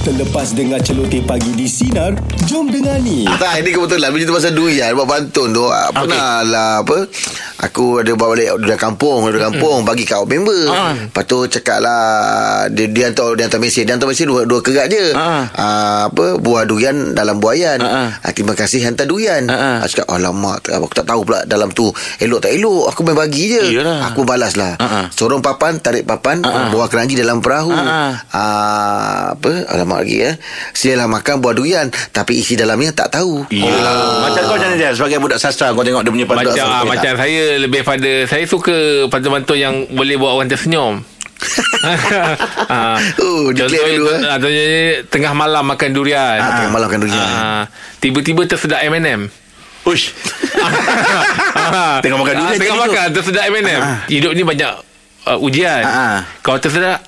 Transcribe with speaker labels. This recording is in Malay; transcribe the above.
Speaker 1: Terlepas dengar celoteh pagi di Sinar, jom dengar ni.
Speaker 2: Tak, ini kebetulan Bila pasal durian Buat pantun tu ah, Pernah lah apa Aku ada bawa balik Dari kampung Dari kampung Bagi kat member
Speaker 3: Hmm. Ah.
Speaker 2: Lepas tu cakap lah Dia, dia hantar Dia hantar mesej Dia hantar mesej dua, dua kerat je
Speaker 3: Ah.
Speaker 2: Ah, Apa Buah durian dalam buayan
Speaker 3: Ah,
Speaker 2: Ah, Terima kasih hantar durian
Speaker 3: Ah, ah.
Speaker 2: Aku cakap Alamak tak- Aku tak tahu pula Dalam tu Elok tak elok Aku main bagi je
Speaker 3: Iyalah.
Speaker 2: Aku balas lah
Speaker 3: Ah, ah.
Speaker 2: Sorong papan Tarik papan
Speaker 3: Ah, ah.
Speaker 2: Buah keranji dalam perahu
Speaker 3: Ah, ah.
Speaker 2: Ah, apa alamak lagi eh. Silalah makan buah durian tapi isi dalamnya tak tahu.
Speaker 4: Yelah. Macam kau macam mana dia Sebagai budak sastra Kau tengok dia punya
Speaker 3: Macam
Speaker 4: pantun
Speaker 3: ah, macam saya lebih pada saya suka pantun-pantun yang boleh buat orang tersenyum. ah,
Speaker 2: Oh, dia clear
Speaker 3: contohnya,
Speaker 2: dulu, eh.
Speaker 3: ah, contohnya tengah malam makan durian.
Speaker 2: Ah, tengah malam makan durian.
Speaker 3: Ah, tiba-tiba tersedak M&M.
Speaker 4: Ush
Speaker 3: Ah,
Speaker 4: Tengah makan durian,
Speaker 3: ah, Tengah
Speaker 4: jadi
Speaker 3: makan tersedak
Speaker 2: Ah,
Speaker 3: M&M. Hidup ni banyak uh, ujian.
Speaker 4: Ah.
Speaker 3: Kalau tersedak